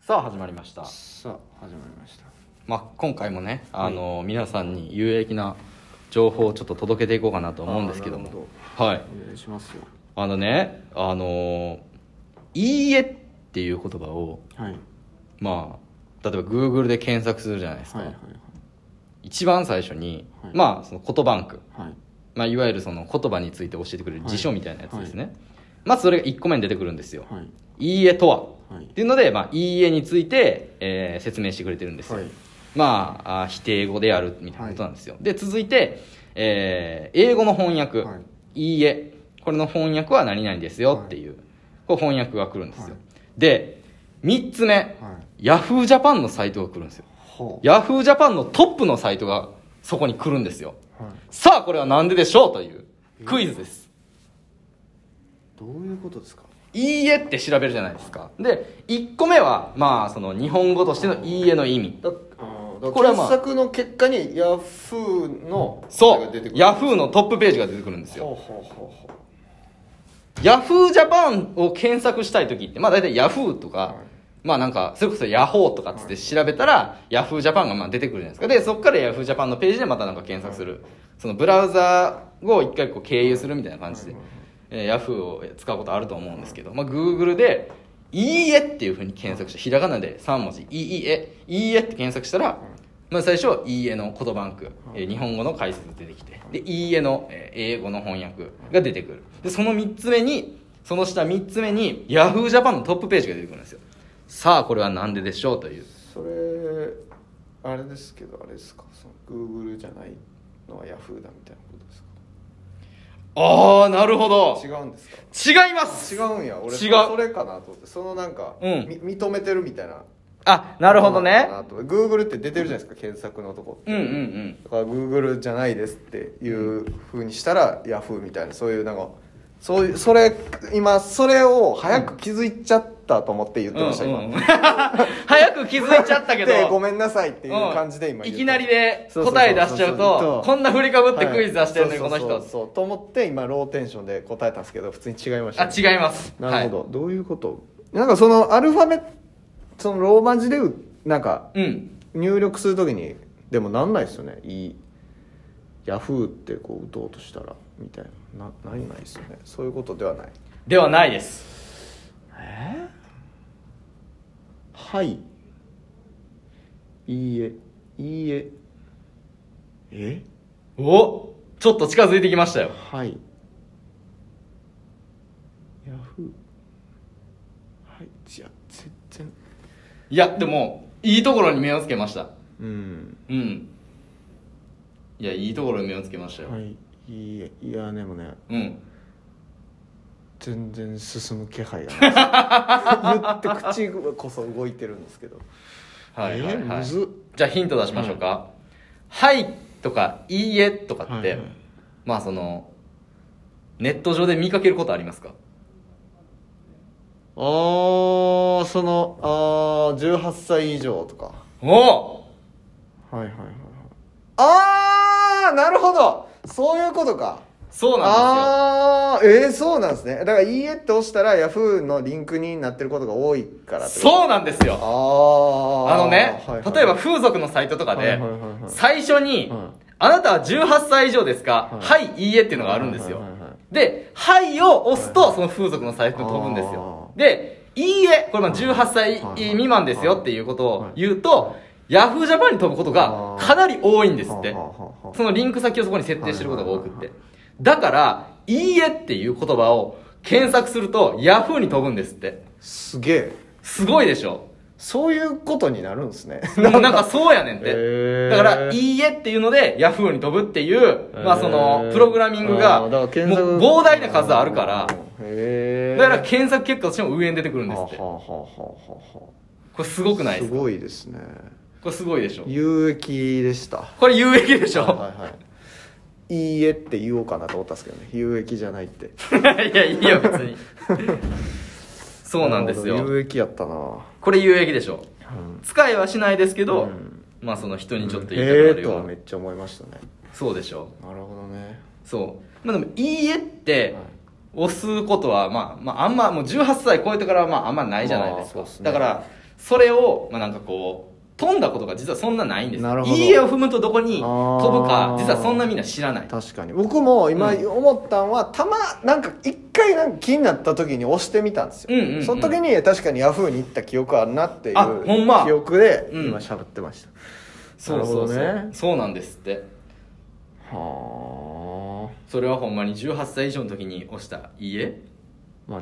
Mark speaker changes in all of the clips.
Speaker 1: さあ始まりました、
Speaker 2: さあ始まりました
Speaker 1: まあ、今回もねあの、皆さんに有益な情報をちょっと届けていこうかなと思うんですけども
Speaker 2: あーなる
Speaker 1: はい
Speaker 2: お願いしますよ
Speaker 1: あのねあの「いいえ」っていう言葉を
Speaker 2: はいはい
Speaker 1: まあ例えば Google で検索するじゃないですか、
Speaker 2: はいはい
Speaker 1: 一番最初に、
Speaker 2: はい
Speaker 1: まあその言葉バンク、
Speaker 2: はい
Speaker 1: まあ、いわゆるその言葉について教えてくれる辞書みたいなやつですね、
Speaker 2: は
Speaker 1: まずそれが1個目に出てくるんですよ
Speaker 2: はいはい
Speaker 1: 「いいえ」とは
Speaker 2: はい
Speaker 1: っていうので、まあ、いいえについて、えー説明してくれてるんですよ、
Speaker 2: はい
Speaker 1: まああ否定語であるみたいなことなんですよ、で続いて、えー英語の翻訳、、
Speaker 2: はい
Speaker 1: いえこれの翻訳は何々ですよっていう、こう翻訳が来るんですよ、
Speaker 2: はい
Speaker 1: で3つ目、
Speaker 2: は
Speaker 1: ヤフージャパンのサイトが来るんですよ
Speaker 2: ほ
Speaker 1: ヤフージャパンのトップのサイトがそこに来るんですよ
Speaker 2: うはい
Speaker 1: さあこれは何ででしょうというクイズです
Speaker 2: どういうことですか
Speaker 1: いいえって調べるじゃないですかで1個目はまあその日本語としてのいいえの意味
Speaker 2: だあ
Speaker 1: これはまあ
Speaker 2: 検索の結果にヤフーの
Speaker 1: そう
Speaker 2: 出てくる
Speaker 1: ヤフーのトップページが出てくるんですよ
Speaker 2: ほうほうほうほ
Speaker 1: ヤフージャパンを検索したい時ってまあ大体ヤフーとか、
Speaker 2: はい
Speaker 1: まあなんかそれこそヤホーとかっつって調べたら、ヤフージャパンがまあ出てくるじゃないですかでそこからヤフージャパンのページでまたなんか検索する、そのブラウザーを一回こう経由するみたいな感じで、
Speaker 2: はいはい
Speaker 1: えーヤフーを使うことあると思うんですけど、まあ、Google で「いいえ」っていうふうに検索してひらがなで3文字「いいえ」「いいえ」って検索したら、まあ、最初は「いいえ」の言葉バンク、えー日本語の解説出てきてで「いいえ」の、えー英語の翻訳が出てくるでその3つ目にその下3つ目に YahooJapan のトップページが出てくるんですよさあこれは何ででしょうという
Speaker 2: それあれですけどあれですかその Google じゃないのはヤフーだみたいなことです
Speaker 1: ああなるほど
Speaker 2: か違うんですか
Speaker 1: 違います
Speaker 2: 違うんや俺
Speaker 1: 違う
Speaker 2: それかなと思ってそのなんか、
Speaker 1: うん
Speaker 2: み認めてるみたいな
Speaker 1: あなるほどね
Speaker 2: グーグルって出てるじゃないですか検索のとこ
Speaker 1: うんうんうん
Speaker 2: だからグーグルじゃないですっていうふうにしたらヤフーみたいなそういうなんかそういうそれ今それを早く気づいちゃったと思って言ってました、
Speaker 1: うんうん
Speaker 2: 今
Speaker 1: うん 早く気づいちゃったけど
Speaker 2: でごめんなさいっていう感じで
Speaker 1: う
Speaker 2: 今
Speaker 1: ん
Speaker 2: 言
Speaker 1: い
Speaker 2: って
Speaker 1: きなりで答え出しちゃう
Speaker 2: そうそうそうそ
Speaker 1: と
Speaker 2: う
Speaker 1: こんな振りかぶってクイズ出してるのに
Speaker 2: は
Speaker 1: こ
Speaker 2: い
Speaker 1: の
Speaker 2: そうそう
Speaker 1: 人
Speaker 2: そうそうと思って今ローテンションで答えたんですけど普通に違いました
Speaker 1: あ
Speaker 2: ね、
Speaker 1: 違います
Speaker 2: なるほど、どういうことなんかそのアルファベットそのローマ字でうなんか
Speaker 1: はいうん
Speaker 2: 入力するときにでもなんないですよねいいヤフーってこう打とうとしたらみたいななないないですよねそういうことではない
Speaker 1: ではないです
Speaker 2: はいいいえいいええ
Speaker 1: おちょっと近づいてきましたよ
Speaker 2: はいヤフーはいいや全然
Speaker 1: いやでもいいところに目をつけました
Speaker 2: うん
Speaker 1: うんいやいいところに目をつけましたよ、
Speaker 2: はいいいえいやでもね
Speaker 1: うん
Speaker 2: 全然進む気配がないです言って口こそ動いてるんですけど
Speaker 1: はいはい、
Speaker 2: えー
Speaker 1: はい
Speaker 2: むずっ
Speaker 1: じゃあヒント出しましょうか「はい」とか「いいえ」とかって、
Speaker 2: はいはい
Speaker 1: まあそのネット上で見かけることありますか
Speaker 2: あーそのあー18歳以上とか
Speaker 1: おお
Speaker 2: はいはいはいはいああなるほどそういうことか
Speaker 1: そうなんで
Speaker 2: ああーえー、そうなんですねだから「いいえ」って押したらヤフーのリンクになってることが多いから
Speaker 1: すよ
Speaker 2: う
Speaker 1: そうなんですよ
Speaker 2: ああ
Speaker 1: あのね、例えば風俗のサイトとかで、
Speaker 2: はいはいはいはい
Speaker 1: 最初に、
Speaker 2: うん
Speaker 1: あなたは18歳以上ですか、は、
Speaker 2: はい
Speaker 1: い、いえっていうのがあるんですよ。
Speaker 2: はいはいはいはい
Speaker 1: で、はいを押すと、その風俗のサイトに飛ぶんですよ。で、いいえ、これまあ18歳
Speaker 2: はい
Speaker 1: 未満ですよっていうことを
Speaker 2: はい
Speaker 1: 言うと、ヤフージャパンに飛ぶことが
Speaker 2: あー
Speaker 1: かなり多いんですって
Speaker 2: はあはあはあは。あ
Speaker 1: そのリンク先をそこに設定してることが多くっ
Speaker 2: はいはい
Speaker 1: て。だから、いいえっていう言葉を検索すると、ヤフーに飛ぶんですって。
Speaker 2: すげえ
Speaker 1: すごいでしょ
Speaker 2: そういうことになるんですね
Speaker 1: なんかそうやねんって。
Speaker 2: へー
Speaker 1: だから、いいえっていうので、ヤフーに飛ぶっていう、まあその、プログラミングが、
Speaker 2: あ
Speaker 1: も
Speaker 2: ー
Speaker 1: う
Speaker 2: だから検索
Speaker 1: 膨大な数あるから、
Speaker 2: へえ
Speaker 1: だから検索結果としても上に出てくるんです
Speaker 2: はあ
Speaker 1: っ
Speaker 2: は
Speaker 1: て。
Speaker 2: あ
Speaker 1: こ
Speaker 2: はあはあはあ
Speaker 1: れすごくないですすか
Speaker 2: ごいですね
Speaker 1: これすごいでしょ
Speaker 2: 有益でしたは
Speaker 1: これ有益でし
Speaker 2: い
Speaker 1: ょ
Speaker 2: はいいいえって言おうかなと思ったんですけどね有益じゃないって
Speaker 1: いや、いいよ、別に。そうなんです
Speaker 2: るほど
Speaker 1: よ。
Speaker 2: 有益やったな
Speaker 1: これ有益でしょ
Speaker 2: うん
Speaker 1: 使いはしないですけど
Speaker 2: うん、
Speaker 1: まあその人にちょっと言いたく
Speaker 2: ええ
Speaker 1: なる
Speaker 2: と
Speaker 1: よ
Speaker 2: は
Speaker 1: う
Speaker 2: め
Speaker 1: な。
Speaker 2: っちゃ思いましたね
Speaker 1: そうでしょ
Speaker 2: なるほどね
Speaker 1: そうまあでも「いいえ」って
Speaker 2: はい
Speaker 1: 押すことはまあ、まあ、あんまもう18歳超えてからはまああんまないじゃないですか、
Speaker 2: まあそうっすね
Speaker 1: だからそれを、まあ、なんかこう飛んだことが実はそんなないんですよ
Speaker 2: なるほど
Speaker 1: いい絵を踏むとどこに飛ぶ
Speaker 2: あ
Speaker 1: か
Speaker 2: ー
Speaker 1: 実はそんなみんな知らない
Speaker 2: 確かに僕も今
Speaker 1: うん
Speaker 2: 思ったんは、たまなんか一回なんか気になった時に押してみたんですよ、
Speaker 1: うんうんうん
Speaker 2: その時に確かにヤフーに行った記憶あるなっていう
Speaker 1: あほんま
Speaker 2: 記憶で
Speaker 1: うん
Speaker 2: 今喋ってました、
Speaker 1: そうそうそ
Speaker 2: なるほど
Speaker 1: う
Speaker 2: ね
Speaker 1: そうなんですって
Speaker 2: はあ
Speaker 1: それはほんまに18歳以上の時に押した「いい え」
Speaker 2: まあ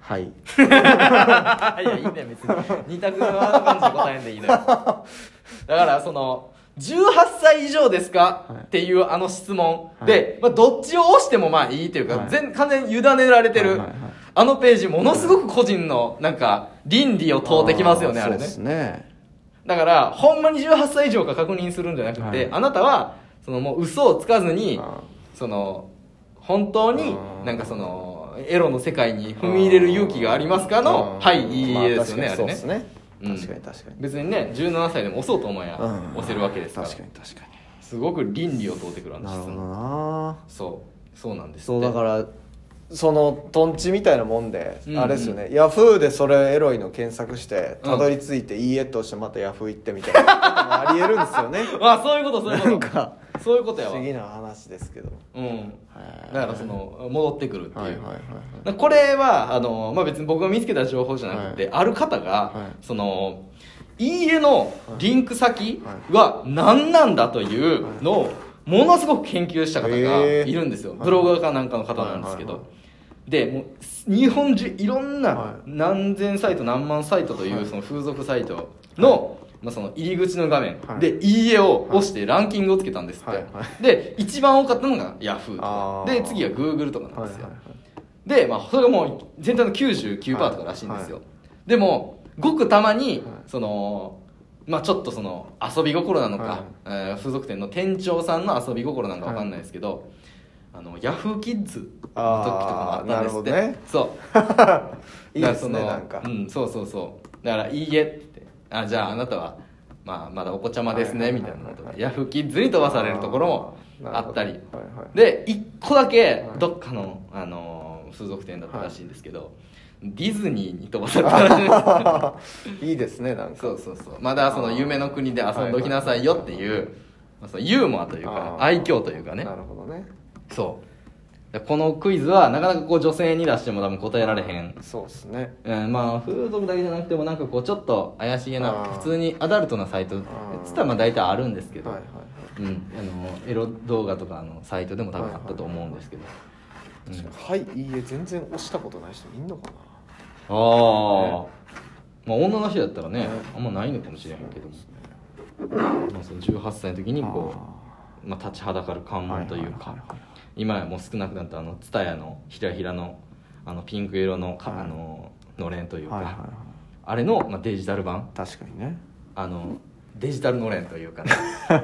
Speaker 2: はい
Speaker 1: いやいいね別に二択のあの感じで答えんでいいのよだからその18歳以上ですか、
Speaker 2: はい
Speaker 1: っていうあの質問、
Speaker 2: はい
Speaker 1: で、まあ、どっちを押してもまあいいというか、
Speaker 2: はい
Speaker 1: 全完全に委ねられてる、
Speaker 2: はいはいはい
Speaker 1: あのページものすごく個人のなんか倫理を問うてきますよねあ
Speaker 2: ー
Speaker 1: れ
Speaker 2: そう
Speaker 1: ね
Speaker 2: ですね
Speaker 1: だからほんまに18歳以上か確認するんじゃなくて、
Speaker 2: はい
Speaker 1: あなたはそのもう嘘をつかずに
Speaker 2: あ
Speaker 1: その本当に
Speaker 2: うん
Speaker 1: なんかそのエロの世界に踏み入れる勇気がありますかの「
Speaker 2: うん
Speaker 1: はいいい
Speaker 2: まあ
Speaker 1: え」ですよね、あ
Speaker 2: 確
Speaker 1: れ
Speaker 2: かにそう
Speaker 1: ね
Speaker 2: ですね
Speaker 1: うん
Speaker 2: 確かに確かに、
Speaker 1: 別にね17歳でも押そうと思えば
Speaker 2: うん
Speaker 1: 押せるわけですから、
Speaker 2: 確かに確か
Speaker 1: すごく倫理を問うてくる
Speaker 2: に
Speaker 1: 話
Speaker 2: な
Speaker 1: で
Speaker 2: る
Speaker 1: す
Speaker 2: ほどな
Speaker 1: そうそうなんですって
Speaker 2: そうだからそのトンチみたいなもんで、
Speaker 1: うんうん
Speaker 2: あれですよねヤフーでそれエロいの検索して
Speaker 1: うん
Speaker 2: たどり着いて「いいえ」としてまたヤフー行ってみたいなこともありえるんですよね
Speaker 1: あそういうこと そう
Speaker 2: ない
Speaker 1: うんこ
Speaker 2: か
Speaker 1: とそういうこと
Speaker 2: 不
Speaker 1: やわ
Speaker 2: 思議な話ですけど
Speaker 1: うん
Speaker 2: へー
Speaker 1: だからその戻ってくるっていう、
Speaker 2: はいはいはいは
Speaker 1: だ
Speaker 2: い
Speaker 1: からこれはあの、まあ、別に僕が見つけた情報じゃなくて、
Speaker 2: は
Speaker 1: ある方が、
Speaker 2: はい
Speaker 1: その「いいえ」のリンク先
Speaker 2: は
Speaker 1: は何なんだというのをものすごく研究した方が
Speaker 2: へー
Speaker 1: いるんですよ、
Speaker 2: はい
Speaker 1: ブロガーかなんかの方なんですけど、
Speaker 2: はいは
Speaker 1: でもう日本中いろん
Speaker 2: は
Speaker 1: ない何千サイト何万サイトとい
Speaker 2: はいう
Speaker 1: その風俗サイトの,、まあその入り口の画面
Speaker 2: はい
Speaker 1: で「いいえ」を押してランキングをつけたんですって、
Speaker 2: はいは
Speaker 1: で一番多かったのが Yahoo とか
Speaker 2: あ
Speaker 1: で
Speaker 2: ー
Speaker 1: 次が Google とかなん
Speaker 2: はい
Speaker 1: で
Speaker 2: は
Speaker 1: す
Speaker 2: い
Speaker 1: よ、
Speaker 2: はい
Speaker 1: で、まあ、それがもう全体の99%とからしいんですよ、でもごくたまに、
Speaker 2: はい
Speaker 1: そのまあちょっとその遊び心なのか、
Speaker 2: はい
Speaker 1: えー風俗店の店長さんの遊び心なんかわかんないですけど、あのヤフーキッズの時とかもあったんですって
Speaker 2: あーなるほどね
Speaker 1: そう
Speaker 2: いい
Speaker 1: だら
Speaker 2: で
Speaker 1: そ
Speaker 2: す
Speaker 1: の
Speaker 2: ねなんか、
Speaker 1: うん、そうそうそうだから「いいえ」って「あじゃああなたは、まあ、まだお子ちゃまです
Speaker 2: は
Speaker 1: ね」
Speaker 2: いは
Speaker 1: み
Speaker 2: いは
Speaker 1: た
Speaker 2: い
Speaker 1: い
Speaker 2: はい
Speaker 1: なことでヤフーキッズに飛ばされるところもあったり
Speaker 2: あーなるほどはいはい
Speaker 1: で一個だけ
Speaker 2: はい
Speaker 1: どっかの、あのー風俗店だったらしいんですけど、ディズニーに飛ばされたらしいんです
Speaker 2: いいですねなんか
Speaker 1: そうそうそうまだその夢の国で遊んどきなさいよってい、
Speaker 2: はいはいう
Speaker 1: まあ、そのユーモアというか
Speaker 2: あー
Speaker 1: 愛嬌というかね
Speaker 2: なるほどね
Speaker 1: そうだからこのクイズはなかなかこう女性に出しても多分答えられへん
Speaker 2: そうですね
Speaker 1: うん、まあ風俗だけじゃなくてもなんかこうちょっと怪しげな
Speaker 2: あー
Speaker 1: 普通にアダルトなサイトっつったらまあ大体あるんですけど、
Speaker 2: はいはい
Speaker 1: うん、あのエロ動画とかのサイトでも多分あったと思うんですけど、
Speaker 2: はい確かにはいいいえ全然押したことない人いんのかな
Speaker 1: ああ、まあ女の人だったらねあんまないのかもしれへんけども、まあ、その18歳の時にこう、まあ、立ちはだかる関門というか、
Speaker 2: はいはいはいはい
Speaker 1: 今やもう少なくなったあの蔦屋のひらひらのあのピンク色のか、
Speaker 2: はい
Speaker 1: あののれんというか、
Speaker 2: はいはいは
Speaker 1: あれの、まあ、デジタル版
Speaker 2: い確かにね
Speaker 1: あのデジタルのれんというかね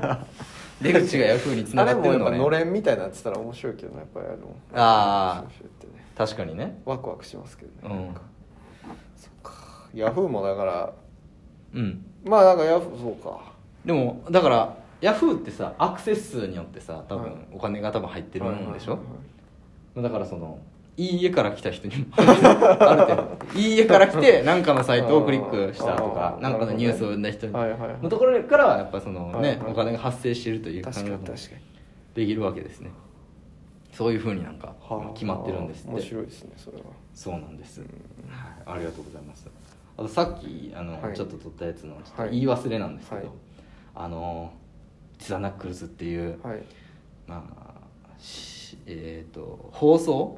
Speaker 1: 出口がヤフーにつな
Speaker 2: あれ
Speaker 1: がって
Speaker 2: もや
Speaker 1: る
Speaker 2: っぱ
Speaker 1: の
Speaker 2: の
Speaker 1: ね
Speaker 2: れんみたいなってたら面白いけどねやっぱりあの
Speaker 1: あー
Speaker 2: シュシュシュってね
Speaker 1: 確かにね
Speaker 2: ワクワクしますけど
Speaker 1: う
Speaker 2: ね、
Speaker 1: ん
Speaker 2: なんかそっかヤフーもだから
Speaker 1: うん
Speaker 2: まあなんかヤフーそうか
Speaker 1: でもだからヤフーってさアクセス数によってさ多
Speaker 2: はい
Speaker 1: 分お金が多分入ってるもんでしょ、
Speaker 2: はいはいはい
Speaker 1: だからそのいい家から来た人にも ある程度いい家から来て何かのサイトをクリックしたとか
Speaker 2: あー
Speaker 1: 何かのニュースを生んだ人に
Speaker 2: はいはいはい
Speaker 1: のところからはやっぱその
Speaker 2: はい
Speaker 1: ね
Speaker 2: はい
Speaker 1: お金が発生しているという考
Speaker 2: 確
Speaker 1: え
Speaker 2: かに
Speaker 1: も
Speaker 2: 確かに
Speaker 1: できるわけですねそういうふうになんか
Speaker 2: はあ
Speaker 1: 決まってるんですっ
Speaker 2: 面
Speaker 1: て
Speaker 2: 白いですねそれは
Speaker 1: そうなんです、はい、ありがとうございますあとさっきあの、
Speaker 2: はい
Speaker 1: ちょっと撮ったやつのちょっと
Speaker 2: はい
Speaker 1: 言い忘れなんですけど、
Speaker 2: はい
Speaker 1: あのツアナックルズっていう、
Speaker 2: はい
Speaker 1: まあしえっ、と放送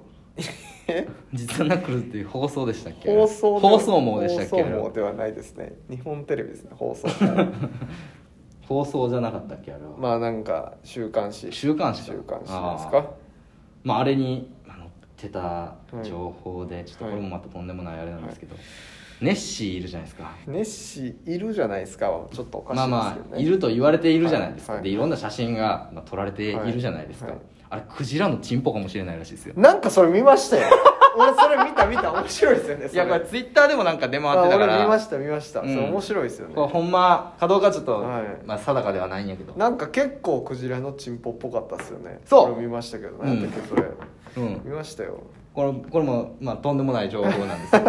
Speaker 2: え
Speaker 1: 実はナックルズっていう放送でしたっけ
Speaker 2: 放送
Speaker 1: 放送網でしたっけ
Speaker 2: 放送網ではないですね日本テレビですね放送
Speaker 1: 放送じゃなかったっけあれは、
Speaker 2: まあなんか週刊誌
Speaker 1: 週刊誌か
Speaker 2: 週刊誌です
Speaker 1: あ
Speaker 2: か
Speaker 1: ーまあ、あれにまあ載ってた情報で、ちょっとこれもまたとんでもないあれなんですけど、ネッシーいるじゃないですか
Speaker 2: ネッシーいるじゃないですかはちょっとおかし
Speaker 1: ま
Speaker 2: いで
Speaker 1: あ
Speaker 2: すけどね、
Speaker 1: まあいると言われているじゃないですか、
Speaker 2: はいはい
Speaker 1: でいろんな写真が、まあ、撮られているじゃないですか、
Speaker 2: はいはい
Speaker 1: あれクジラのチンポかもしれないらしいですよ
Speaker 2: なんかそれ見ましたよ 俺それ見た見た面白いですよねそ
Speaker 1: いやこれツイッターでもなんか出回ってたか
Speaker 2: あ俺見ま
Speaker 1: ら
Speaker 2: した見ました、
Speaker 1: うん
Speaker 2: それ面白いですよね
Speaker 1: これほんまかどうかちょっと、
Speaker 2: はい
Speaker 1: まあ、定かではないんやけど
Speaker 2: なんか結構クジラのチンポっぽかったですよね
Speaker 1: そう
Speaker 2: 俺見ましたけど
Speaker 1: う
Speaker 2: ね、
Speaker 1: ん
Speaker 2: なんだっけそれ
Speaker 1: うん
Speaker 2: 見ましたよ
Speaker 1: これこれも、まあ、とんでもない情報なんですけど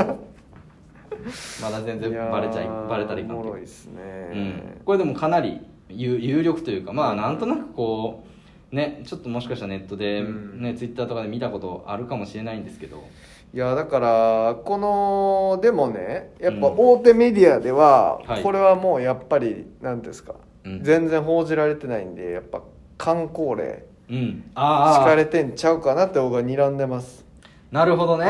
Speaker 1: まだ全然バレちゃい
Speaker 2: やー
Speaker 1: バレたらいかん
Speaker 2: お
Speaker 1: け
Speaker 2: も
Speaker 1: ど
Speaker 2: ろいですね、
Speaker 1: うん、これでもかなり有有力というかまあなんとなくこうねちょっともしかしたらネットで、
Speaker 2: うん
Speaker 1: ねツイッターとかで見たことあるかもしれないんですけど
Speaker 2: いやだからこのでもねやっぱ
Speaker 1: うん
Speaker 2: 大手メディアでは、
Speaker 1: はい
Speaker 2: これはもうやっぱり何ですか、
Speaker 1: うん
Speaker 2: 全然報じられてないんでやっぱ観光令
Speaker 1: うん
Speaker 2: 敷
Speaker 1: あ
Speaker 2: か
Speaker 1: あ
Speaker 2: れてんちゃうかなって僕は睨んでます
Speaker 1: なるほど
Speaker 2: うん
Speaker 1: ね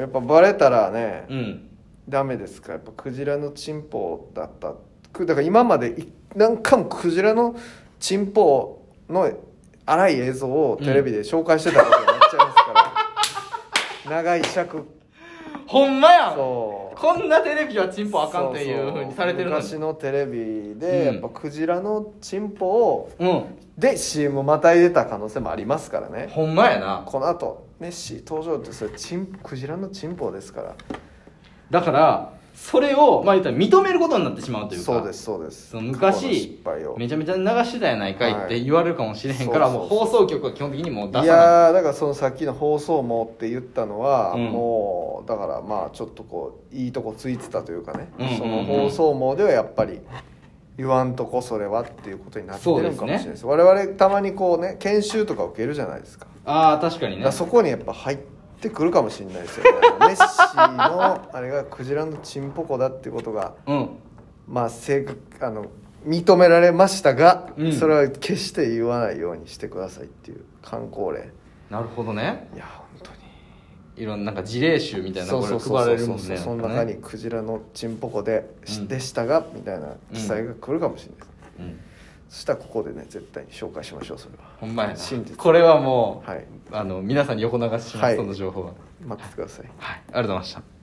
Speaker 2: やっぱバレたらね、
Speaker 1: うん
Speaker 2: ダメですかやっぱクジラのチンポだったくだから今までい何回もクジラのチンポの荒い映像をテレビで紹介してたことになっちゃいます から、長い尺
Speaker 1: ほんまやん
Speaker 2: そう
Speaker 1: こんなテレビはチンポあかんっていうふうにされてるのに
Speaker 2: そうそう昔のテレビ
Speaker 1: うん
Speaker 2: でやっぱクジラのチンポを
Speaker 1: う
Speaker 2: で CM また入れた可能性もありますから
Speaker 1: ん
Speaker 2: ね
Speaker 1: ほんまやな
Speaker 2: この後ネッシー登場ってそれチンクジラのチンポですから
Speaker 1: だからそれをまあ言ったら認めることになってしまうというか
Speaker 2: そうですそうです
Speaker 1: その昔
Speaker 2: 過去の失敗を
Speaker 1: めちゃめちゃ流してたやないかいって言われるかもしれへんから、
Speaker 2: はい
Speaker 1: もう放送局は基本的にもう出さ
Speaker 2: い
Speaker 1: ない
Speaker 2: やーだからそのさっきの放送もって言ったのは、
Speaker 1: うん
Speaker 2: もうだからまあちょっとこういいとこついてたというかね、
Speaker 1: うんうんうん
Speaker 2: その放送網ではやっぱり言わんとこそれはっていうことになってるんかもしれないです我々たまにこうね研修とか受けるじゃないですか,、
Speaker 1: ああ確かに
Speaker 2: だ
Speaker 1: ね
Speaker 2: からそこにやっぱ入ってくるかもしれないですよねメッシーのあれがクジラのチンポコだってことが
Speaker 1: うん
Speaker 2: まあ正確あの認められましたが、
Speaker 1: うん
Speaker 2: それは決して言わないようにしてくださいっていう観光令
Speaker 1: なるほどね
Speaker 2: いや本当に
Speaker 1: いろんななんか事例集みたいなこれ配られるもんね
Speaker 2: その
Speaker 1: な
Speaker 2: 中
Speaker 1: んか
Speaker 2: に
Speaker 1: ね
Speaker 2: クジラのチンポコで、し
Speaker 1: うん
Speaker 2: でしたがみたいな記載が来るかもしれない、
Speaker 1: うん
Speaker 2: そしたらここでね絶対に紹介しましょうそれは
Speaker 1: ほんまやな
Speaker 2: 真実
Speaker 1: これはもう、
Speaker 2: はい
Speaker 1: あの皆さんに横流しします、
Speaker 2: はい
Speaker 1: その情報は
Speaker 2: 待っててください
Speaker 1: はいありがとうございました